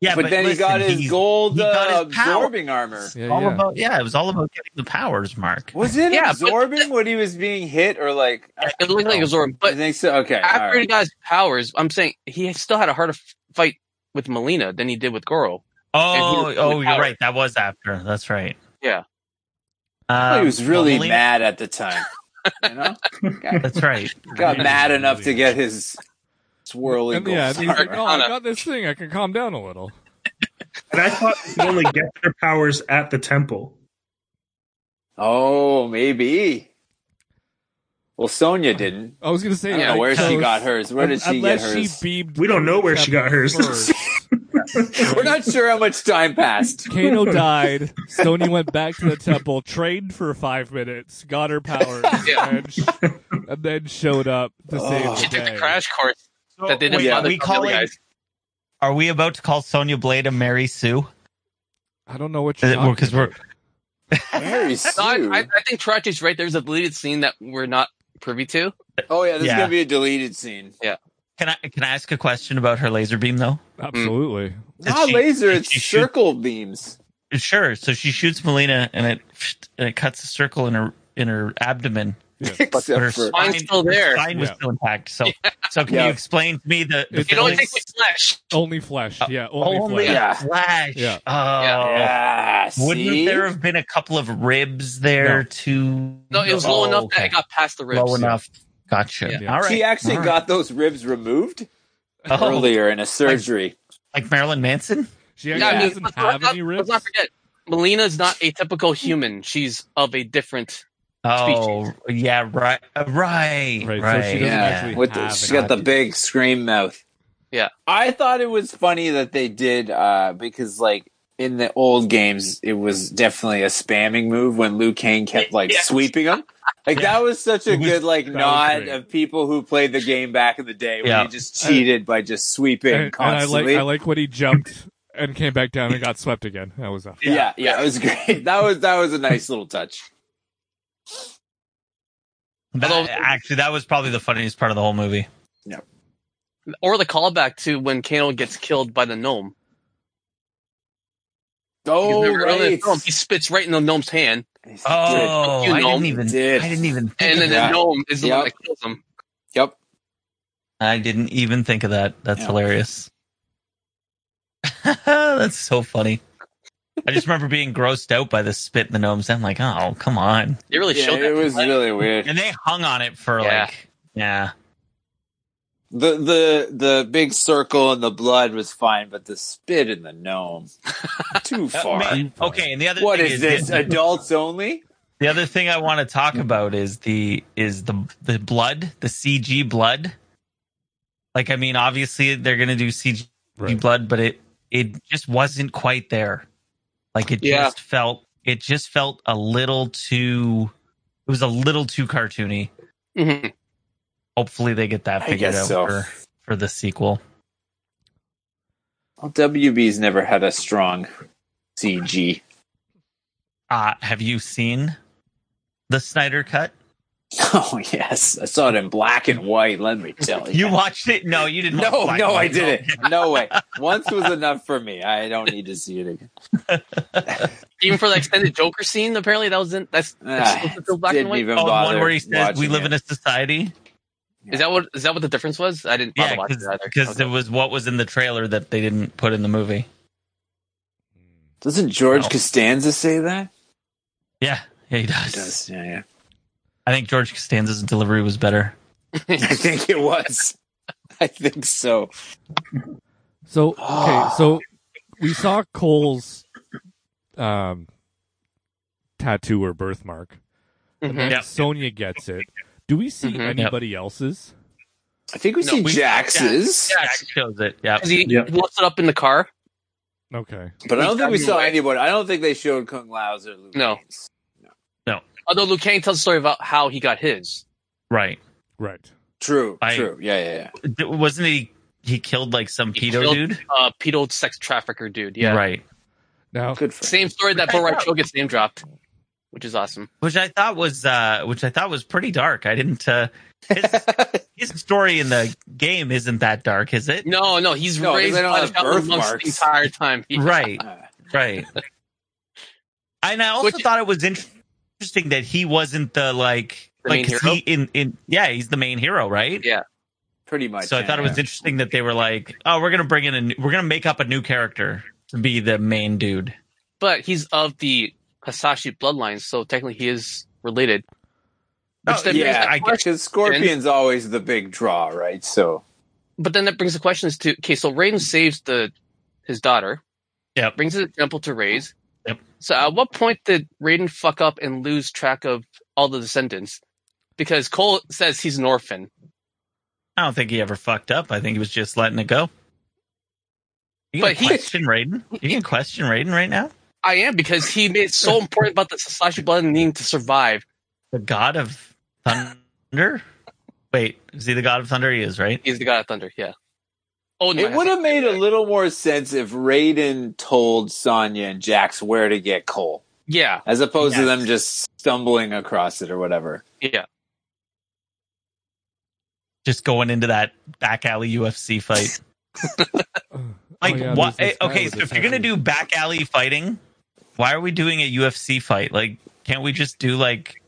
F: Yeah,
E: but, then he
F: listen,
E: got his
F: he's
E: gold
F: he got his
E: uh,
F: power.
E: absorbing armor.
D: Yeah,
F: All
D: yeah.
F: about yeah, it was all about getting the powers, Mark.
E: Was it
G: Yeah, but-
E: absorbing when he was being hit, or like?
G: It looked like it was Zoro,
E: I
G: but
E: think so. Okay. all
G: after
E: right.
G: he got his powers, I'm saying he still had a harder f- fight with Melina than he did with Goro. And he
F: Oh,
G: was
F: oh,
G: the
F: you're
G: power.
F: right. That was after. That's right.
G: Yeah.
F: Um,
E: he was really
F: Melina-
E: mad at the time. You know,
F: That's right.
E: got mad enough to get his swirly
D: And
E: gold
D: yeah, he's
E: armor.
D: like, oh, I got this thing. I can calm down a little.
H: and I thought you only get their powers at the temple.
E: Oh, maybe. Well, Sonia didn't.
D: I was gonna say,
E: I don't know
D: like,
E: where she
D: so-
E: got hers. Where did she get
D: Unless
E: hers?
D: she beamed.
H: We don't know where she got hers.
D: first.
E: We're not sure how much time passed.
D: Kano died. Sony went back to the temple, trained for five minutes, got her powers,
G: Yeah.
D: and, sh- and then showed up to
E: Oh.
D: save
G: She
D: the
G: took the
D: day.
G: crash course that they didn't
F: Wait,
G: bother
F: are we
G: telling the other
F: calling-
G: guys.
F: Are we about to call Sonya Blade a Mary Sue?
D: I don't know what you're talking
F: Because we're
D: about.
E: Mary Sue.
G: No, I, I- I think Tragic's right. There's a deleted scene that we're not privy to.
E: oh yeah, this
F: Yeah.
E: is gonna be a deleted scene.
F: can I can I ask a question about her laser beam though?
D: Absolutely.
F: Did
E: Not
F: she-
E: Ah, laser,
F: did
E: it's
F: she shoot-
E: circle beams.
F: Sure. So she shoots Melina and it and it cuts a circle in her in her abdomen. But her
E: Except for
F: spine,
G: Mine's still there.
F: Her spine was
D: Yeah.
F: still intact. So so can
E: Yeah.
F: you explain to me the, the
D: It's
G: It only
D: Only-
G: takes with flash.
D: Only flesh.
G: Uh,
D: Yeah, only,
F: only,
D: flesh.
E: Yeah.
F: a flash?
D: Yeah.
F: Oh.
E: yeah,
F: Wouldn't
E: see?
F: there have been a couple of ribs there
D: No.
F: to?
G: No, it was low
F: Oh,
G: enough that
F: okay.
G: it got past the ribs.
F: Low enough. Gotcha.
D: Yeah.
F: All right.
E: She actually
F: All right.
E: got those ribs removed
F: Oh,
E: earlier in a surgery.
F: like Marilyn Manson.
D: She
G: Yeah,
D: actually
G: I mean,
D: doesn't
G: let's,
D: have
G: not,
D: any ribs.
G: let's not forget, Melina's not a typical human. She's of a different.
F: Oh, yeah, right, uh, right,
D: Right,
F: right.
D: so she doesn't
E: yeah,
D: actually
E: with the,
D: have
E: she's
D: an
E: got the
D: eye.
E: big scream mouth.
G: Yeah.
E: I thought it was funny that they did uh, because like in the old games, it was definitely a spamming move when Liu Kang kept like
G: Yeah.
E: sweeping him. Like
F: Yeah.
E: that was such a
F: It was-
E: good like
D: was
E: nod
D: great.
E: of people who played the game back in the day when
F: Yeah.
E: you just cheated by just sweeping
D: And, and I like
E: constantly.
D: I like when he jumped and came back down and got swept again. That was a
E: yeah. yeah, it was great. That was that was a nice little touch.
F: That-
G: Although-
F: actually, that was probably the funniest part of the whole movie.
G: Or the callback to when Kano gets killed by the gnome.
E: Oh,
G: Because remember earlier in the
E: right.
G: film, he spits right in the gnome's hand,
E: Yes, he
F: Oh,
G: You
F: I
G: know,
F: didn't even.
E: did.
F: I didn't even. Think
G: and
F: of
G: then
F: that.
E: Yeah.
G: the gnome is the one
E: Yep.
G: that kills him.
E: did. Yep.
F: I didn't even think of that. That's
E: Yeah.
F: hilarious. That's so funny. I just remember being grossed out by the spit in the gnomes. I'm like, oh, come on.
G: They really
E: Yeah,
G: showed that.
E: it was really weird.
F: And they hung on it for
G: Yeah.
F: like, yeah.
E: The the the big circle and the blood was fine, but the spit in the gnome too
F: Uh,
E: far.
F: man, Okay, and the other
E: What
F: thing
E: is this? Adults only?
F: The other thing I want to talk about is the is the the blood, the CG blood. Like, I mean, obviously they're gonna do CG
D: Right.
F: blood, but it it just wasn't quite there. Like it
G: Yeah.
F: just felt it just felt a little too it was a little too cartoony.
G: Mhm.
F: Hopefully they get that
E: I
F: figured
E: guess
F: out
E: so.
F: for, for the sequel.
E: Well, WB's never had a strong CG.
F: Uh have you seen the Snyder cut?
E: Oh yes, I saw it in black and white. Let me tell you.
F: You watched it? No, you didn't. watch
E: No,
F: Black
E: no, I
F: Lightning.
E: didn't. No way. Once was enough for me. I don't need to see it again.
G: Even for the extended Joker scene, apparently that was in that's, that's
E: Ah,
G: supposed to go black and
E: didn't
G: white.
E: even
F: Oh, the
E: bother.
F: one where he says we
E: watching
F: live
E: it.
F: in a society.
G: Is that what is that what the difference was? I didn't bother
F: Yeah,
G: watching it either.
F: because
G: Okay.
F: it was what was in the trailer that they didn't put in the movie.
E: Doesn't George
F: No.
E: Costanza say that?
F: Yeah, yeah, he does.
E: He does. Yeah, yeah.
F: I think George Costanza's delivery was better.
E: I think it was. I think so.
D: So okay,
F: Ah.
D: so we saw Cole's um tattoo or birthmark.
G: Mhm.
F: Yeah.
D: Sonia gets it. Do we see
F: Mm-hmm.
G: Mhm. Yep.
D: anybody else's?
E: I think we
F: No,
E: see
F: we-
E: Jax's,
F: Jack shows it. Yeah,
G: 'Cause he
H: Yep.
G: lifts it up in the car.
D: Okay.
E: but I don't think we saw
G: Jax.
E: anybody. I don't think they showed Kung Lao's or Liu
G: No.
E: Kang's.
G: Although Luke Kang tells a story about how he got his.
F: right.
D: Right.
E: True,
F: I-
E: true. Yeah, yeah, yeah.
F: D- Wasn't he? He killed like some
G: He
F: pedo
G: killed-
F: dude.
G: Uh, pedo sex trafficker dude. Yeah.
F: right. Oh,
D: Now
E: Good for
G: Same story that Bo Cho gets name dropped, which is awesome.
F: Which I thought was, uh which I thought was pretty dark. I didn't. uh his, his story in the game isn't that dark, is it?
G: No, no, he's
E: No, 'cause
G: raised
E: they don't
G: by the
E: have
G: Shaolin monks the
E: birthmarks.
G: entire time. Yeah.
F: Right.
E: Uh,
F: right and i also
G: Which-
F: thought it was inter- interesting that he wasn't the like
G: The
F: like
G: main
F: 'cause he in in yeah he's the main hero right
G: Yeah,
E: pretty much.
F: so i
E: yeah,
F: thought it was
E: yeah.
F: interesting that they were like oh we're gonna bring in a new, we're gonna make up a new character to be the main dude
G: But he's of the Hasashi bloodline, so technically he is related. Which
F: Oh,
G: then brings
E: yeah,
G: the
E: I
G: question-
E: because Scorpion's always the big draw, right? So
G: But then that brings the question as to okay, so Raiden saves the his daughter.
F: Yep.
G: Brings her to the temple to raise.
F: Yep.
G: So at what point did Raiden fuck up and lose track of all the descendants? Because Cole says he's an orphan.
F: i don't think he ever fucked up i think he was just letting it go you
G: But
F: can
G: he-
F: question raiden you can question raiden right now
G: I am because he made it so important about the Sasashi blood and needing to survive.
F: the god of thunder wait is he the god of thunder he is right
G: He's the god of thunder, yeah. Oh no.
E: it would have made a little more sense if Raiden told Sonya and Jax where to get Cole,
G: Yeah,
E: as opposed to
F: Yes.
E: them just stumbling across it or whatever.
G: yeah.
F: just going into that back alley ufc fight Like,
D: Oh, yeah,
F: why?
D: there's this guy
F: Okay,
D: with
F: so
D: the
F: if you're gonna
D: tattoo.
F: do back alley fighting, why are we doing a UFC fight? Like, can't we just do like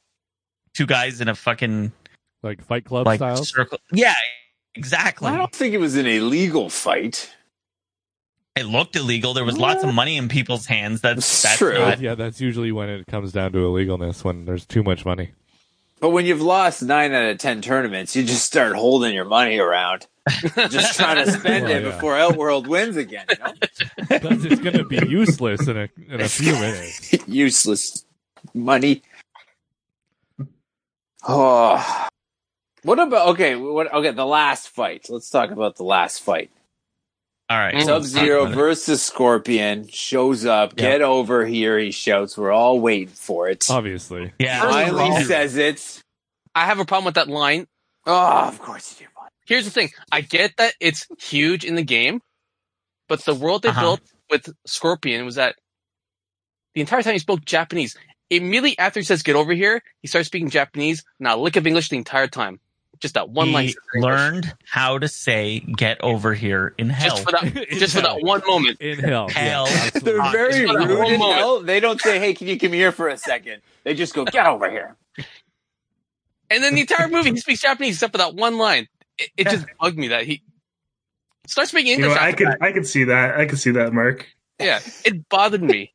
F: two guys in a fucking
D: like Fight Club
F: like
D: style,
F: circle? Yeah, exactly.
E: I don't think it was an illegal fight.
F: It looked illegal. There was lots of money in people's hands. That's
E: It's
F: that's
E: true.
F: not-
D: Uh, yeah, that's usually when it comes down to illegalness when there's too much money.
E: But when you've lost nine out of ten tournaments, you just start holding your money around, just trying to
F: Oh,
E: spend
D: Well,
E: it
D: yeah.
E: before Outworld wins again. You know?
D: Plus, it's gonna be useless in a in a few minutes.
E: Useless money. Oh, what about okay? What okay? The last fight. Let's talk about the last fight.
F: all right.
G: Mm.
E: Sub
F: let's talk
E: Zero
F: about it.
E: versus Scorpion shows up.
F: Yeah. Oh,
E: Get over here! He shouts. We're all waiting for it.
D: Obviously,
F: Yeah,
E: Finally
G: all-
E: says it.
G: I have a problem with that line.
E: Oh, of course you do. bud.
G: Here's the thing. I get that it's huge in the game, but the world they
F: Uh-huh.
G: built with Scorpion was that the entire time he spoke Japanese. Immediately after he says get over here, he starts speaking Japanese, not a lick of English the entire time. Just that one line.
F: he learned how to say "get over here" in hell.
G: just for that, just for that one moment.
D: in hell.
F: Hell.
D: Yeah, absolutely.
E: They're very
G: It's been a
E: rude
G: whole
E: in
G: moment.
E: hell. They don't say, "Hey, can you come here for a second? They just go, "Get over here."
G: And then the entire movie, he speaks Japanese except for that one line. It, it just bugged me that he starts speaking
H: You
G: English.
H: know, I
G: after
H: could
G: that.
H: I could see that. I could see that, Mark.
G: Yeah, it bothered me.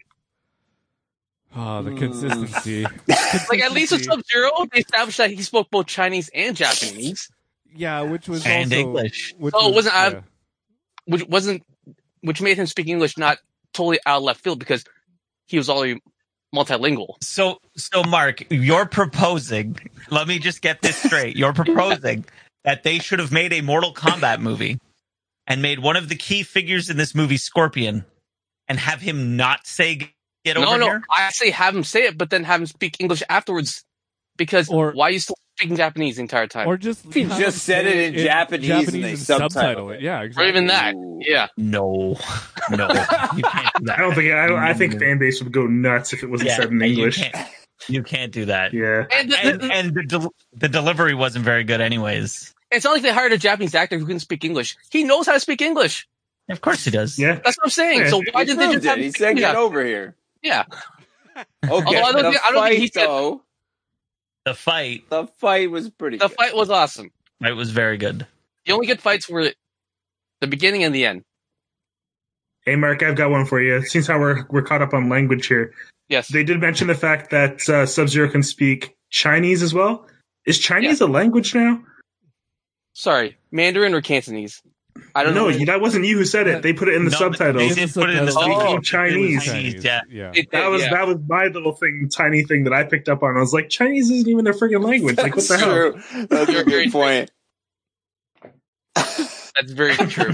D: Oh, the
E: Mm.
D: consistency.
G: Like at least with
D: Consistency.
G: Sub Zero, they established that he spoke both Chinese and Japanese,
D: yeah, which was
F: And
D: also,
F: English.
D: Which
G: Oh, it
D: was,
G: wasn't- I-
E: uh,
G: which wasn't, which made him speak English not totally out of left field because he was already multilingual.
F: So, so Mark, you're proposing. Let me just get this straight. You're proposing that they should have made a Mortal Kombat movie and made one of the key figures in this movie Scorpion, and have him not say "get
G: No,
F: over
G: no,
F: here."
G: I say have him say it, but then have him speak English afterwards because
D: Or-
G: why are you still speaking Japanese the entire time?
D: or
G: Or,
D: just
E: He
D: have
E: just
D: them
E: said
D: say
E: it in Japanese and they subtitle it.
D: Yeah, exactly.
G: even that.
E: Ooh.
G: Yeah.
F: No, no, you can't do
H: I
F: that.
H: don't think I, I think fan base would go nuts if it wasn't
F: Yeah,
H: said in
F: you
H: English.
F: can't- You can't do that.
H: Yeah,
G: And,
F: And, and the del- the delivery wasn't very good, anyways.
G: it's not like they hired a Japanese actor who couldn't speak English. He knows how to speak English.
F: Of course he does.
H: yeah.
G: That's what I'm saying. So why
E: He
G: did they
E: proved
G: just have
E: it. He said,
G: yeah.
E: "Get over here."
G: Yeah.
E: Okay.
G: Although I don't
E: the
G: think- I don't think he
E: fight,
G: said-
E: though,
F: The fight,
E: the fight was pretty.
G: The
E: good.
G: fight was awesome.
F: it was very good.
G: The only good fights were the beginning and the end.
H: Hey, Mark, I've got one for you. Since how we're we're caught up on language here,
G: Yes.
H: they did mention the fact that uh, Sub Zero can speak Chinese as well. Is Chinese a language now?
G: Sorry, Mandarin or Cantonese? I don't
H: no,
G: know.
H: you- that wasn't you who said it. They put it in the
F: No,
H: subtitles.
F: They did put it in the
D: Oh,
F: subtitles.
H: speaking Chinese.
F: Chinese, yeah.
D: yeah.
G: It-
H: that was
G: yeah.
H: that was my little thing, tiny thing that I picked up on. I was like, Chinese isn't even a freaking language. Like, what the
E: That's
H: hell?
E: true. That's a
G: You're very-
E: good point.
G: That's very true.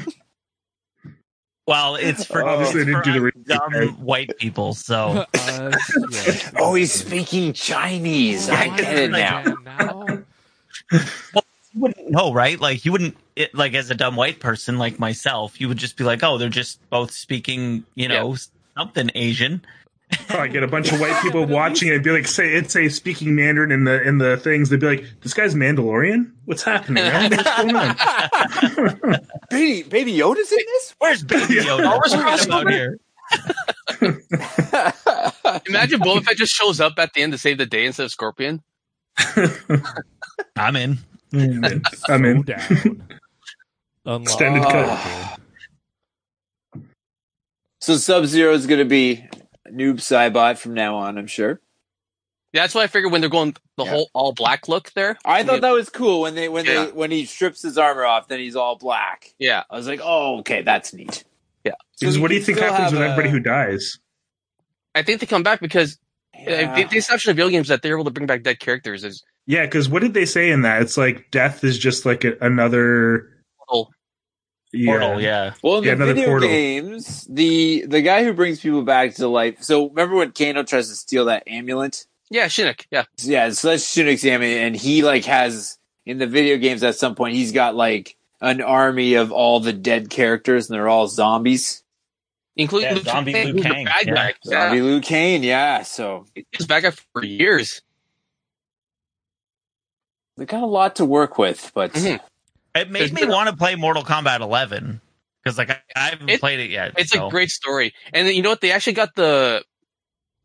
F: Well, it's for,
H: Obviously,
F: it's
H: they
F: for
H: didn't do the
F: us
H: research,
F: dumb
H: right?
F: white people. So
D: Uh, yeah.
E: Oh, he's speaking Chinese. I
F: Yeah,
E: get it now.
D: now.
F: you wouldn't know, right? Like you wouldn't, it, like as a dumb white person like myself, you would just be like, oh, they're just both speaking, you know, something Asian.
H: Probably get a bunch of white people watching it and be like, say it say speaking Mandarin in the in the things. They'd be like, this guy's Mandalorian. What's happening? I don't know what's going on.
E: Baby, Baby Yoda's in this.
F: Where's Baby Yoda? What's
G: Crossover?
F: about here?
G: Imagine Boba Fett just shows up at the end to save the day instead of Scorpion.
F: I'm in.
H: I
D: Slow
H: mean,
D: down. Unlock.
H: Extended
E: cut. so Sub Zero is going to be noob Saibot from now on. I'm sure.
G: That's why I figured when they're going the
E: Yeah.
G: whole all black look there.
E: I thought that was cool when they when
G: Yeah.
E: they when he strips his armor off, then he's all black.
G: Yeah.
E: I was like, oh, okay, that's neat.
G: Yeah.
H: because
E: we
H: what do
E: can
H: you think
E: still
H: happens
E: have uh,
H: with
E: a-
H: everybody who dies?
G: I think they come back because uh, the,
E: Yeah.
G: the exception of video games that they're able to bring back dead characters is
H: Yeah, because what did they say in that? It's like death is just like a, another
G: Portal.
H: Yeah.
F: Portal, yeah.
E: Well, in
H: Yeah,
E: the
H: another
E: video
H: portal.
E: games, the the guy who brings people back to life. So remember when Kano tries to steal that amulet?
G: yeah, Shinnick. Yeah.
E: Yeah, so that's Shunnik's amulet, and he like has in the video games at some point he's got like an army of all the dead characters, and they're all zombies.
G: Including
F: Yeah,
G: Liu
F: zombie
G: Kang,
F: Liu
G: who's the
F: Kang,
G: bad
F: yeah.
G: guy. Yeah.
E: Zombie Liu Kane, yeah. So
G: He was bad guy for years.
E: they got a lot to work with, but
G: Mhm.
F: It made
G: There's
F: me
G: been a-
F: want to play Mortal Kombat 11 because like I, I haven't
G: It-
F: played it yet.
G: It's
F: so.
G: a great story. And then, you know what? They actually got the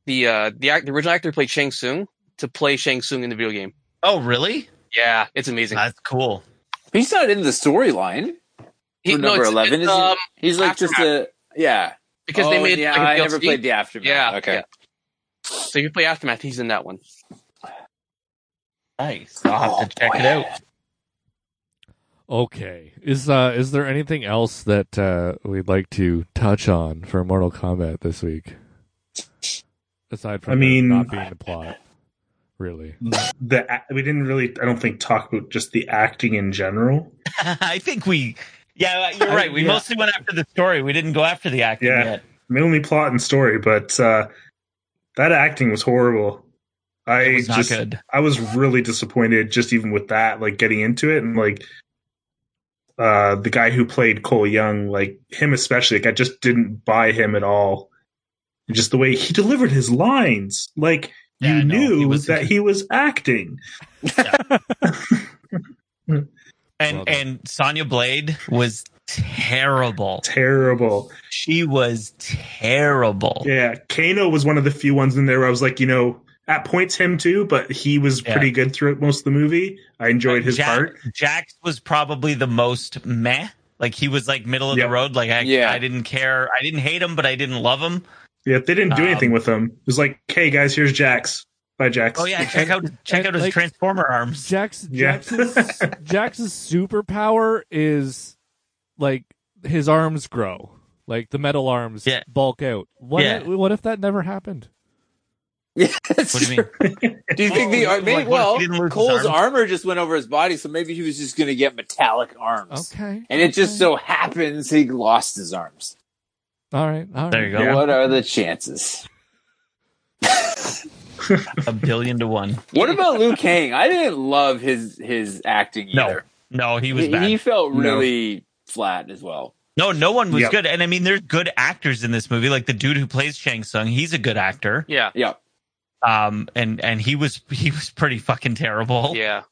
G: the uh the, act, the original actor who played Shang Tsung to play Shang Tsung in the video game.
F: Oh, really?
G: Yeah, it's amazing.
E: Uh,
F: That's cool.
E: he's not in the storyline.
G: He-
E: for
G: no,
E: number
G: it's-
E: eleven,
G: it's,
E: is he?
G: um,
E: He's like just a yeah.
G: because
E: Oh,
G: they made
E: yeah.
G: like, a
E: I
G: DLC.
E: never played the aftermath.
G: Yeah.
E: okay.
G: yeah. So if you play Aftermath, he's in that one.
F: Nice. I'll have to check it out.
D: Okay. Is uh is there anything else that uh we'd like to touch on for Mortal Kombat this week? Aside from
H: I
D: there
H: mean-
D: not being the plot. Really.
H: The a- we didn't really, I don't think, talk about just the acting in general.
F: I think we. Yeah, you're right. We
D: yeah.
F: mostly went after the story. We didn't go after the acting
H: Yeah.
F: yet.
H: mainly plot and story, but uh, that acting was horrible. I
F: It was not
H: just,
F: good.
H: I was really disappointed just even with that, like getting into it and like uh, the guy who played Cole Young, like him especially, like I just didn't buy him at all. And just the way he delivered his lines, like
F: Yeah,
H: you
F: no, he
H: knew
F: wasn't-
H: that he was acting.
F: and
D: Well done.
F: and Sonya Blade was terrible.
H: Terrible.
F: She was terrible.
H: Yeah, Kano was one of the few ones in there where I was like, you know, at points him too, but he was
F: Yeah. Uh,
H: pretty good throughout most of the movie. I enjoyed his
F: Jax-
H: part.
F: Jax was probably the most meh. Like he was like middle of
H: Yeah.
F: the road. Like I,
E: Yeah.
F: I didn't care. I didn't hate him, but I didn't love him.
H: Yeah, they didn't do
F: Um,
H: anything with him. It was like, hey guys, here's Jax. Bye, Jax.
F: Oh yeah, check out check
D: and,
F: out his
D: like-
F: transformer arms.
D: Jax
H: Yeah.
D: Jax's Jax's superpower is like his arms grow, like the metal arms
F: Yeah.
D: bulk out. What
F: Yeah.
D: what if that never happened?
E: Yes.
F: What do you mean?
E: Do you think the
F: Oh,
E: ar- maybe,
F: like, what,
E: well
F: he didn't lose his
E: Cole's
F: arms?
E: armor just went over his body, so maybe he was just going to get metallic arms,
D: Okay,
E: and it just so happens he lost his arms.
D: all right, all right.
F: There you go.
H: Yeah.
E: What are the chances?
F: A billion to one.
E: What about Liu Kang? I didn't love his his acting
F: No.
E: either.
F: No, he was
E: he,
F: bad.
E: he felt
H: No.
E: really flat as well.
F: No, no one was
H: Yep.
F: good. And I mean, there's good actors in this movie. Like the dude who plays Shang Tsung, he's a good actor.
G: Yeah.
E: Yeah,
F: Um, and and he was he was pretty fucking terrible.
G: Yeah.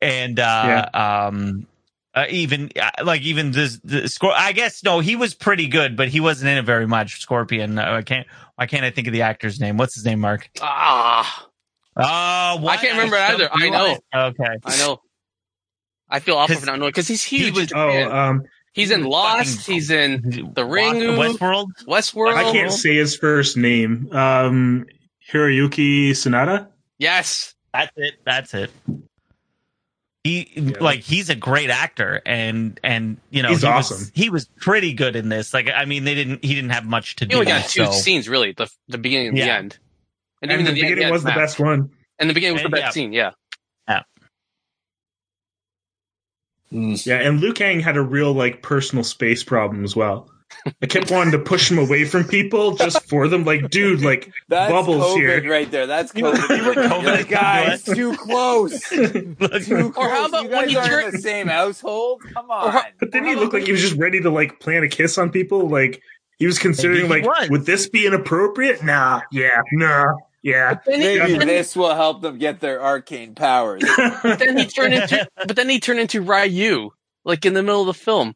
F: And uh, um, uh, even uh, like even this the score. I guess no, he was pretty good, but he wasn't in it very much. Scorpion. Uh, I can't. Why can't I think of the actor's name? What's his name? Mark.
G: Ah,
F: Oh, why-
G: can't remember it either. I know.
F: Okay.
G: I know. I feel awful for
F: His-
G: not knowing because he's
F: he
G: huge.
F: was-
H: Oh, um,
G: he's in Lost. He's in The Ring.
F: Westworld.
G: Westworld.
H: I can't say his first name. Um, Hiroyuki Sonata.
G: Yes.
F: That's it. That's it. He
H: Yeah.
F: like he's a great actor, and and you know
H: He's
F: he
H: awesome.
F: Was, he was pretty good in this. Like I mean, they didn't he didn't have much to
G: He
F: do.
G: only got two
F: so-
G: scenes really. The the beginning and the
F: Yeah.
G: end.
H: And,
G: even
H: the,
G: end,
H: beginning
G: yeah,
H: was the
G: Matt.
H: best one.
G: And the beginning was the
F: And
G: best
F: yeah.
G: scene. Yeah.
H: Yeah, and Liu Kang had a real like personal space problem as well. I kept wanting to push him away from people just for them. Like, dude, like
E: that's
H: bubbles
E: COVID
H: here.
E: right there. That's COVID.
F: you
E: You're
F: were COVID.
E: like, guys, too close. Too
F: Look,
E: close.
G: how about
E: you
G: when
E: guys
G: he
E: aren't
G: jerked-
E: in the same household? Come on.
G: how-
H: But then he looked like he was just ready to like plant a kiss on people. Like he was considering
F: Maybe
H: like,
F: he was.
H: would this be inappropriate? Nah, yeah, nah, yeah.
E: Maybe this will help them get their arcane powers.
G: But then he turned into. but then he turned into Ryu, like in the middle of the film,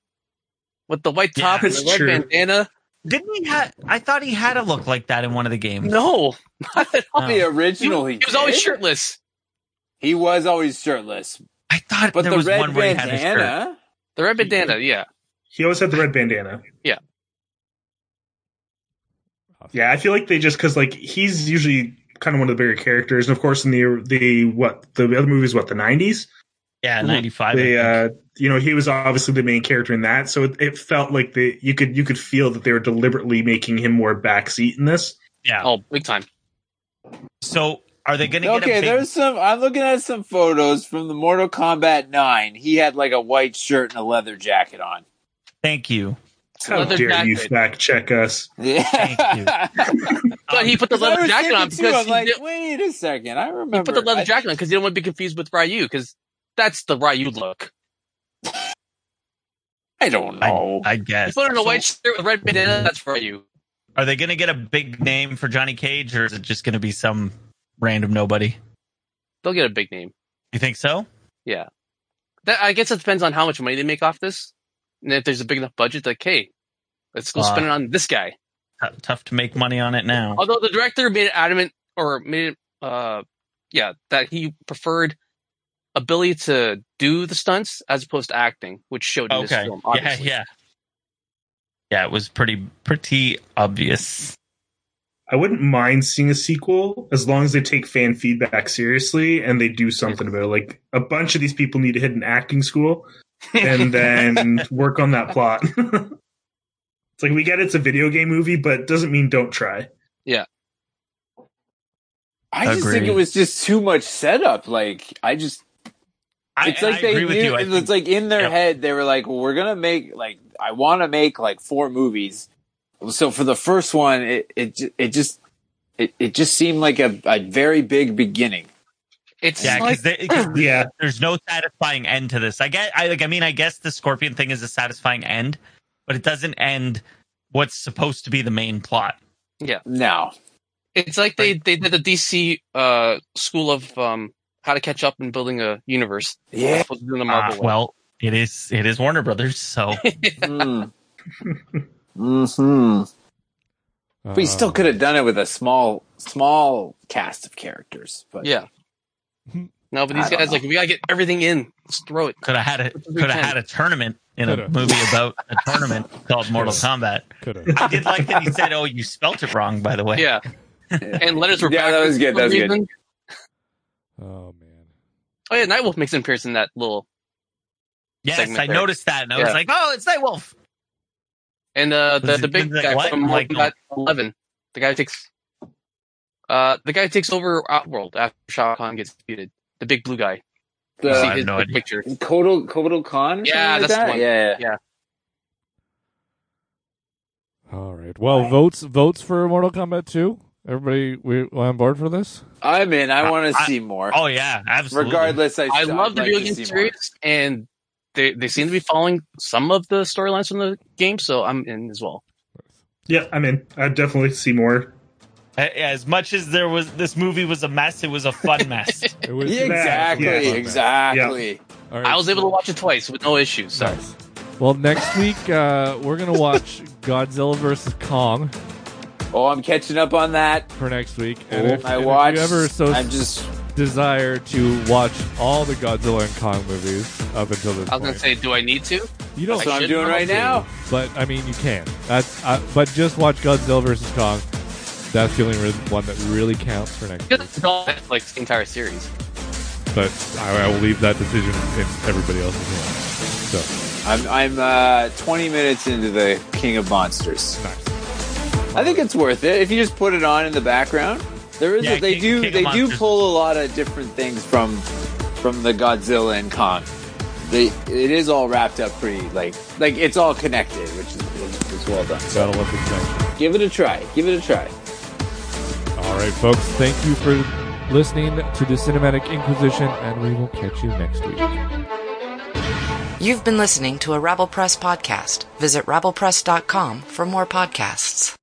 G: with the white
F: Yeah,
G: top and
H: that's
G: the red
H: true.
G: bandana.
F: didn't he have? I thought he had a look like that in one of the games.
G: No, not at all.
E: the original,
G: He,
E: he,
G: he was always
E: did.
G: shirtless.
E: He was always shirtless,
F: I thought
E: but
F: there
E: the
F: was
E: red
F: one where he had his shirt.
E: bandana.
G: The red bandana. Yeah.
H: He always had the red bandana.
G: Yeah.
H: Yeah, I feel like they just because like he's usually kind of one of the bigger characters, and of course in the the what the other movies what the nineties.
F: Yeah, ninety five.
H: They uh, you know, he was obviously the main character in that, so it, it felt like the you could you could feel that they were deliberately making him more backseat in this.
F: yeah.
G: Oh, big time.
F: So are they going to get
E: Okay,
F: a big?
E: there's some. I'm looking at some photos from the Mortal Kombat Nine. He had like a white shirt and a leather jacket on.
F: Thank you.
H: How
G: Leather
H: dare you
G: jacket.
H: fact check us?
E: Yeah.
F: Thank you.
G: But he put the
E: 'Cause Um, I
G: leather
E: was
G: jacket
E: thinking
G: on
E: too,
G: because
E: I'm
G: he,
E: like,
G: did-
E: wait a second, I remember.
G: he put the leather
E: I-
G: jacket on because he didn't want to be confused with Ryu because that's the Ryu look.
E: I don't know.
F: I
G: He
F: guess.
G: put on a white shirt with red bandana. That's Ryu.
F: Are they going to get a big name for Johnny Cage, or is it just going to be some random nobody?
G: They'll get a big name.
F: You think so?
G: That I guess it depends on how much money they make off this, and if there's a big enough budget, like hey, let's go
F: Uh,
G: spend it on this guy.
F: Tou- tough to make money on it now.
G: Although the director made it adamant or made it, uh, yeah, that he preferred ability to do the stunts as opposed to acting, which showed in this
F: Okay.
G: film.
F: yeah,
G: Obviously.
F: yeah. Yeah, it was pretty pretty obvious.
H: I wouldn't mind seeing a sequel as long as they take fan feedback seriously and they do something about it. Like a bunch of these people need to hit an acting school and then work on that plot. it's like we get it's a video game movie, but it doesn't mean don't try.
E: I just think
F: Agreed.
E: it was just too much setup. Like I just,
F: I,
E: it's like
F: I
E: they
F: agree
E: knew.
F: with you. I
E: it's
F: think,
E: like in their
F: Yep.
E: head they were like, well, "We're gonna make like I want to make like four movies." So for the first one, it it ju- it just it, it just seemed like a, a very big beginning.
G: It's
F: yeah,
G: like,
F: because because
H: Yeah.
F: there's no satisfying end to this. I get. I like. I mean, I guess the scorpion thing is a satisfying end, but it doesn't end what's supposed to be the main plot.
E: No,
G: it's like they, they did the DC uh, school of um, how to catch up and building a universe.
E: yeah,
G: Supposed to do the
F: Uh,
G: Marvel way.
F: well, It is it is Warner Brothers, so
E: Mm. hmm But you still
F: Oh.
D: Uh,
E: could have done it with a small, small cast of characters. But
G: Yeah. No, but
E: I
G: these
E: don't
G: guys
E: know.
G: like we gotta get everything in. Let's throw it.
F: could have had a could have had a tournament in a
D: Coulda.
F: movie about a tournament called Mortal Kombat.
D: Coulda.
F: I did like that he said, "Oh, you spelt it wrong." By the way,
G: Yeah. and letters were
E: Yeah, that was good, that was good.
G: good.
D: Oh man.
G: Oh yeah, Nightwolf makes an appearance in that little
F: yes,
G: Segment
F: I
G: there.
F: noticed that, and I
G: Yeah.
F: was like, "Oh, it's Nightwolf."
G: and uh the,
F: Was
G: the
F: it-
G: big
F: was it
G: guy
F: what?
G: from Mortal
F: Michael?
G: Kombat eleven. The guy who takes uh the guy who takes over Outworld after Shao Kahn gets defeated. The big blue guy.
E: the
G: You see
F: Uh, I have
G: his
F: no
G: big
F: idea.
G: picture.
E: Kotal Kotal Khan. or
G: Yeah,
E: something like
G: that's the
E: that?
G: one.
E: Yeah, yeah.
D: All right. Well, votes votes for Mortal Kombat 2. Everybody we on board for this?
E: I'm in. I
F: I-
E: want to
F: I-
E: see more.
F: Oh yeah, absolutely.
E: Regardless, I,
G: I
E: still-
G: love
E: I'd
G: the
E: like
G: video
E: to
G: game
E: see more.
G: series and they they seem to be following some of the storylines from the game, so I'm in as well.
H: Yeah, I mean, I'd definitely see more.
F: A- As much as there was, this movie was a mess. It was a fun mess.
D: It was
E: Yeah, exactly,
H: Yeah.
E: exactly.
D: All right.
G: I was able to watch it twice with no issues. So
D: Nice. Well, next week uh, we're gonna watch Godzilla versus Kong
E: Oh, I'm catching up on that.
D: for next week, and if,
E: I
D: and if
E: watched.
D: you ever so
E: I'm just.
D: desire to watch all the Godzilla and Kong movies up until this
G: I was
D: point,
G: gonna say, do I need to?
D: you
E: That's
D: don't.
E: what I'm
G: should
E: doing
G: know
E: right
G: too.
E: now.
D: But I mean, you can. That's. I, but just watch Godzilla versus Kong. That's the only re- one that really counts for next week.
G: Because it's all Netflix the entire series.
D: But I, I will leave that decision in everybody else's hands. So.
E: I'm I'm uh, 20 minutes into the King of Monsters. I think it's worth it if you just put it on in the background. There is
F: Yeah,
E: a, they
F: King-
E: do
F: King of
E: they do
F: Monsters.
E: pull a lot of different things from from the Godzilla and Kong. They it is all wrapped up pretty like like it's all connected, which is, is, is well done. So
D: Gotta love the connection.
E: give it a try. Give it a try.
D: All right, folks. Thank you for listening to the Cinematic Inquisition, and we will catch you next week.
A: You've been listening to a Rabble Press podcast. Visit rabblepress.com for more podcasts.